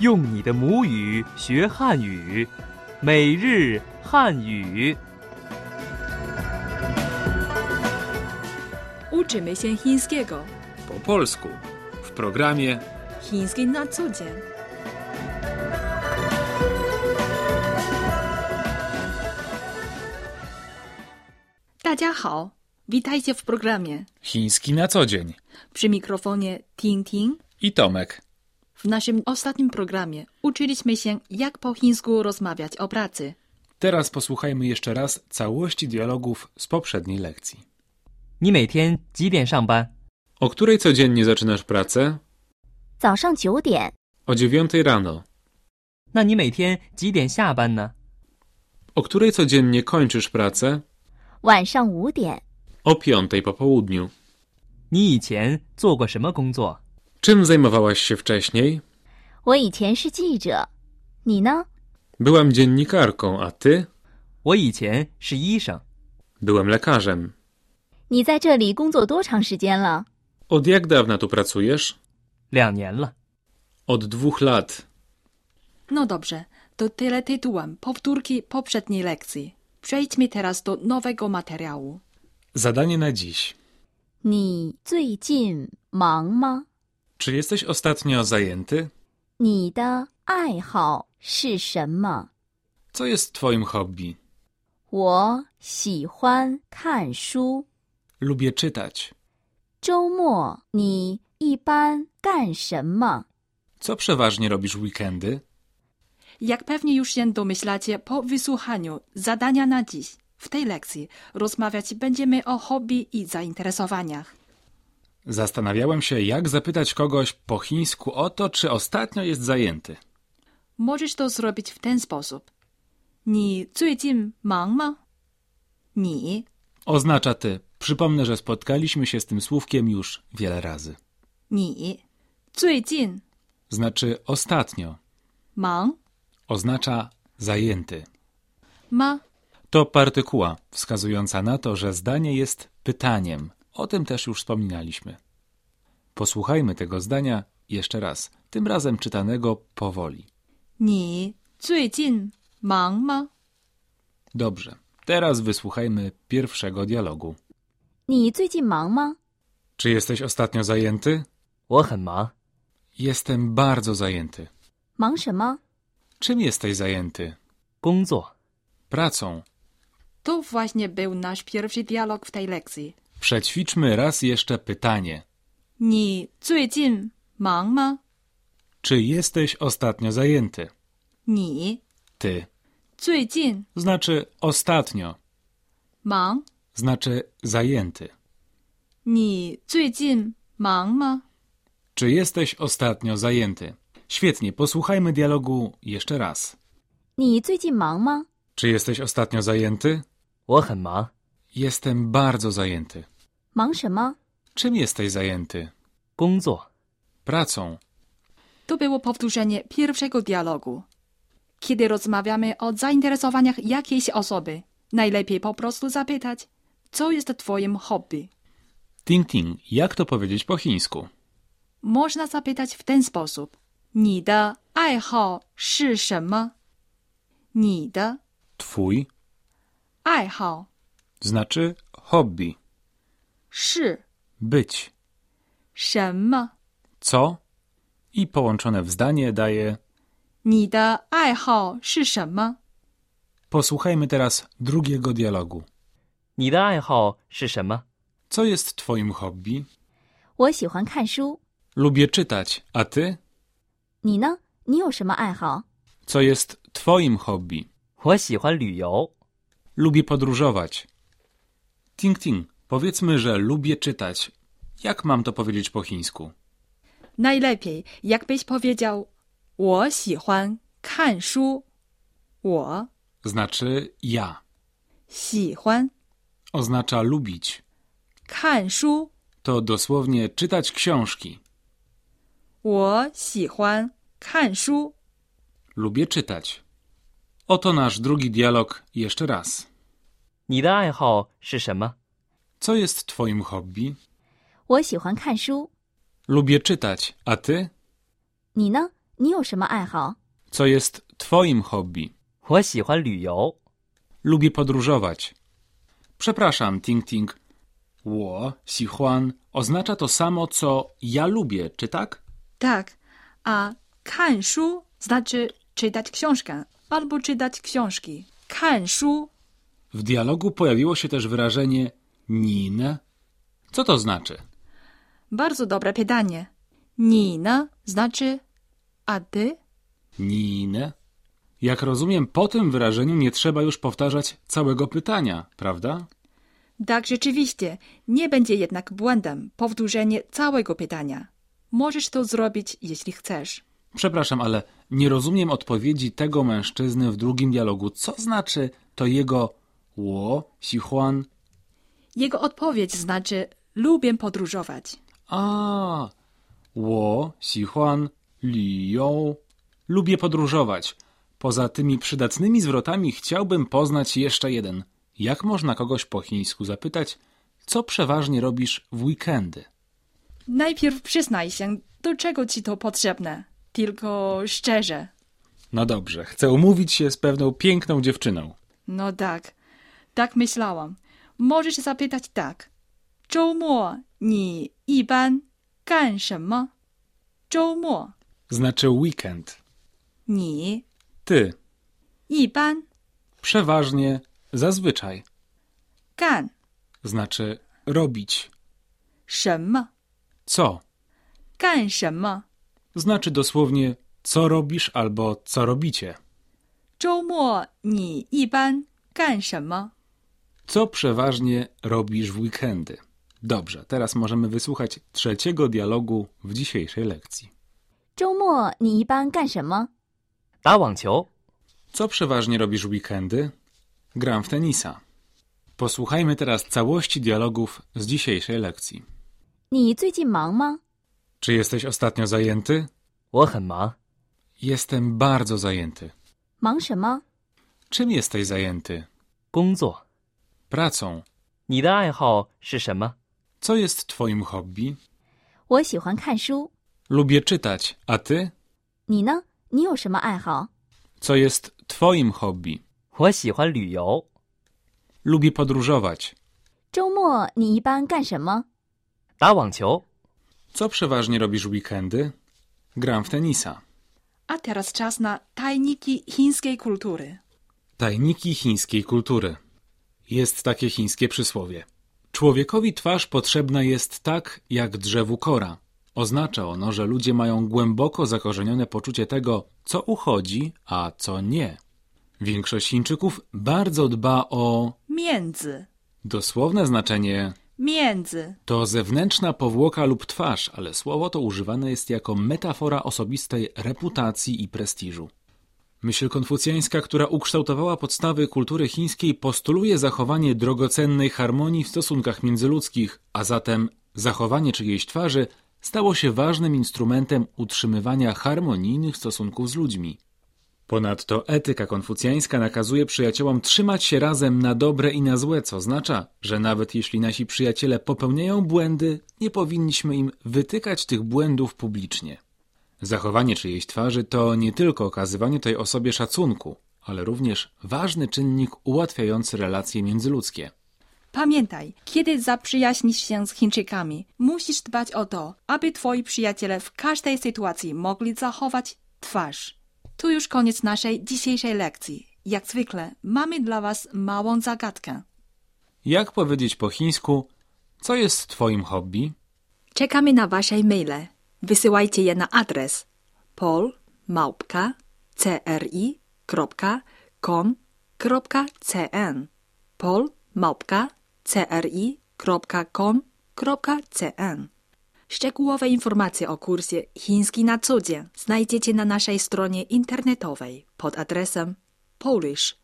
用你的母语学汉语，每日汉语。 Uczymy się chińskiego. po polsku w programie Chiński na co dzień. Hao, witajcie w programie. Chiński na co dzień Przy mikrofonie Ting Ting. i Tomek. W naszym ostatnim programie uczyliśmy się, jak po chińsku rozmawiać o pracy. Teraz posłuchajmy jeszcze raz całości dialogów z poprzedniej lekcji. 你每天几点上班？ O której codziennie zaczynasz pracę? 早上九点， O dziewiątej rano. 那你每天几点下班呢？ O której codziennie kończysz pracę? 晚上五点， O piątej po południu. 你以前做过什么工作？ Czym zajmowałaś się wcześniej? 我以前是记者，你呢？ Byłam dziennikarką, a ty? 我以前是医生， Byłem lekarzem. 你在这里工作多长时间了？ Od jak dawna tu pracujesz? 两年了。 Od dwóch lat. No dobrze, to tyle tytułem powtórki poprzedniej lekcji. Przejdźmy teraz do nowego materiału. Zadanie na dziś. 你最近忙吗？ Czy jesteś ostatnio zajęty? 你的爱好是什么？ Co jest twoim hobby? 我喜欢看书。 Lubię czytać. 周末你一般干什么？ Co przeważnie robisz w weekendy? Jak pewnie już się domyślacie, po wysłuchaniu zadania na dziś, w tej lekcji rozmawiać będziemy o hobby i zainteresowaniach. Zastanawiałem się, jak zapytać kogoś po chińsku o to, czy ostatnio jest zajęty. Możesz to zrobić w ten sposób. 你最近忙吗？你 Oznacza ty. Przypomnę, że spotkaliśmy się z tym słówkiem już wiele razy. 你最近 Znaczy ostatnio. 忙 Oznacza zajęty. 吗？ To partykuła wskazująca na to, że zdanie jest pytaniem. O tym też już wspominaliśmy. Posłuchajmy tego zdania jeszcze raz, tym razem czytanego powoli. 你最近忙吗？ Dobrze. Teraz wysłuchajmy pierwszego dialogu. 你最近忙吗？ Czy jesteś ostatnio zajęty? 我很忙， Jestem bardzo zajęty. 忙什么？ Czym jesteś zajęty? 工作。 Pracą. To właśnie był nasz pierwszy dialog w tej lekcji. Przećwiczmy raz jeszcze pytanie. 你最近忙吗？ Czy jesteś ostatnio zajęty? 你 Ty. 最近 Znaczy ostatnio. 忙？ Znaczy zajęty. 你最近忙吗？ Czy jesteś ostatnio zajęty? Świetnie, posłuchajmy dialogu jeszcze raz. 你最近忙吗？ Czy jesteś ostatnio zajęty? 我很忙， Jestem bardzo zajęty. 忙什么？ Czym jesteś zajęty? 工作。 Pracą. To było powtórzenie pierwszego dialogu. Kiedy rozmawiamy o zainteresowaniach jakiejś osoby, najlepiej po prostu zapytać, co jest Twoim hobby. Ting ting, jak to powiedzieć po chińsku? Można zapytać w ten sposób. 你的爱好是什么?你的爱好 Twój znaczy hobby. 是 Być. 什么？ Co? I połączone w zdanie daje. 你的爱好是什么？ Posłuchajmy teraz drugiego dialogu. 你的爱好是什么？ Co jest twoim hobby? 我喜欢看书。 Lubię czytać, a ty? 你呢？你有什么爱好？ Co jest twoim hobby? 我喜欢旅游。 Lubię podróżować. Ting ting, powiedzmy, że lubię czytać. Jak mam to powiedzieć po chińsku? Najlepiej jakbyś powiedział: 我喜欢看书。我 Znaczy ja. 喜欢 Oznacza lubić. 看书。 To dosłownie czytać książki. 我喜欢看书。 Lubię czytać. Oto nasz drugi dialog jeszcze raz. 你的爱好是什么？ Co jest twoim hobby? 我喜欢看书。 Lubię czytać, a ty? 你呢？你有什么爱好？ Co jest twoim hobby? 我喜欢旅游， Lubię podróżować. Przepraszam, Ting Ting. Ło, Sichuan oznacza to samo, co ja lubię, czy tak? Tak. A kan shu znaczy czytać książkę albo czytać książki. Kan shu W dialogu pojawiło się też wyrażenie nin. Co to znaczy? bardzo dobre pytanie. Nina znaczy a ty? Nin. Jak rozumiem, po tym wyrażeniu nie trzeba już powtarzać całego pytania, prawda? Tak, rzeczywiście. Nie będzie jednak błędem powtórzenie całego pytania. Możesz to zrobić, jeśli chcesz. Przepraszam, ale nie rozumiem odpowiedzi tego mężczyzny w drugim dialogu. Co znaczy to jego ło, Sichuan? Jego odpowiedź znaczy lubię podróżować. A, ło, Sichuan, Liu. Lubię podróżować. Poza tymi przydatnymi zwrotami chciałbym poznać jeszcze jeden. Jak można kogoś po chińsku zapytać, co przeważnie robisz w weekendy? Najpierw przyznaj się, do czego ci to potrzebne. Tylko szczerze. No dobrze, chcę umówić się z pewną piękną dziewczyną. No tak. Tak myślałam. Możesz zapytać tak. 周末你一般干什么?周末 Znaczy weekend. 你 Ty, 一般 przeważnie, zazwyczaj. 干 Znaczy robić. 什么 Co? 干什么？ Znaczy dosłownie co robisz albo co robicie. 周末你一般干什么？ Co przeważnie robisz w weekendy? Dobrze, teraz możemy wysłuchać trzeciego dialogu w dzisiejszej lekcji. 周末你一般干什么？打网球， Co przeważnie robisz w weekendy? Gram w tenisa. Posłuchajmy teraz całości dialogów z dzisiejszej lekcji. 你最近忙吗？ Czy jesteś ostatnio zajęty? 我很忙， Jestem bardzo zajęty. 忙什么？ Czym jesteś zajęty? 工作。 Pracą. 你的爱好是什么？ Co jest twoim hobby? 我喜欢看书。 Lubię czytać, a ty? 你呢？你有什么爱好？ Co jest twoim hobby? 我喜欢旅游， Lubię podróżować. 周末你一般干什么？打网球。 Co przeważnie robisz w weekendy? Gram w tenisa. A teraz czas na tajniki chińskiej kultury. Tajniki chińskiej kultury. Jest takie chińskie przysłowie. Człowiekowi twarz potrzebna jest tak, jak drzewu kora. Oznacza ono, że ludzie mają głęboko zakorzenione poczucie tego, co uchodzi, a co nie. Większość Chińczyków bardzo dba o Między, dosłowne znaczenie między, To zewnętrzna powłoka lub twarz, ale słowo to używane jest jako metafora osobistej reputacji i prestiżu. Myśl konfucjańska, która ukształtowała podstawy kultury chińskiej, postuluje zachowanie drogocennej harmonii w stosunkach międzyludzkich, a zatem zachowanie czyjejś twarzy stało się ważnym instrumentem utrzymywania harmonijnych stosunków z ludźmi. Ponadto etyka konfucjańska nakazuje przyjaciołom trzymać się razem na dobre i na złe, co oznacza, że nawet jeśli nasi przyjaciele popełniają błędy, nie powinniśmy im wytykać tych błędów publicznie. Zachowanie czyjejś twarzy to nie tylko okazywanie tej osobie szacunku, ale również ważny czynnik ułatwiający relacje międzyludzkie. Pamiętaj, kiedy zaprzyjaźnisz się z Chińczykami, musisz dbać o to, aby twoi przyjaciele w każdej sytuacji mogli zachować twarz. Tu już koniec naszej dzisiejszej lekcji. Jak zwykle, mamy dla Was małą zagadkę. Jak powiedzieć po chińsku, co jest twoim hobby? Czekamy na Wasze maile. Wysyłajcie je na adres polmałpka.cri.com.cn polmałpka.cri.com.cn Szczegółowe informacje o kursie Chiński na co dzień znajdziecie na naszej stronie internetowej pod adresem polish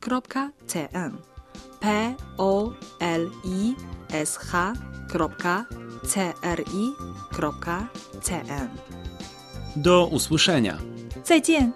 polish.cri.cn polish.cri.cn Do usłyszenia! 再见。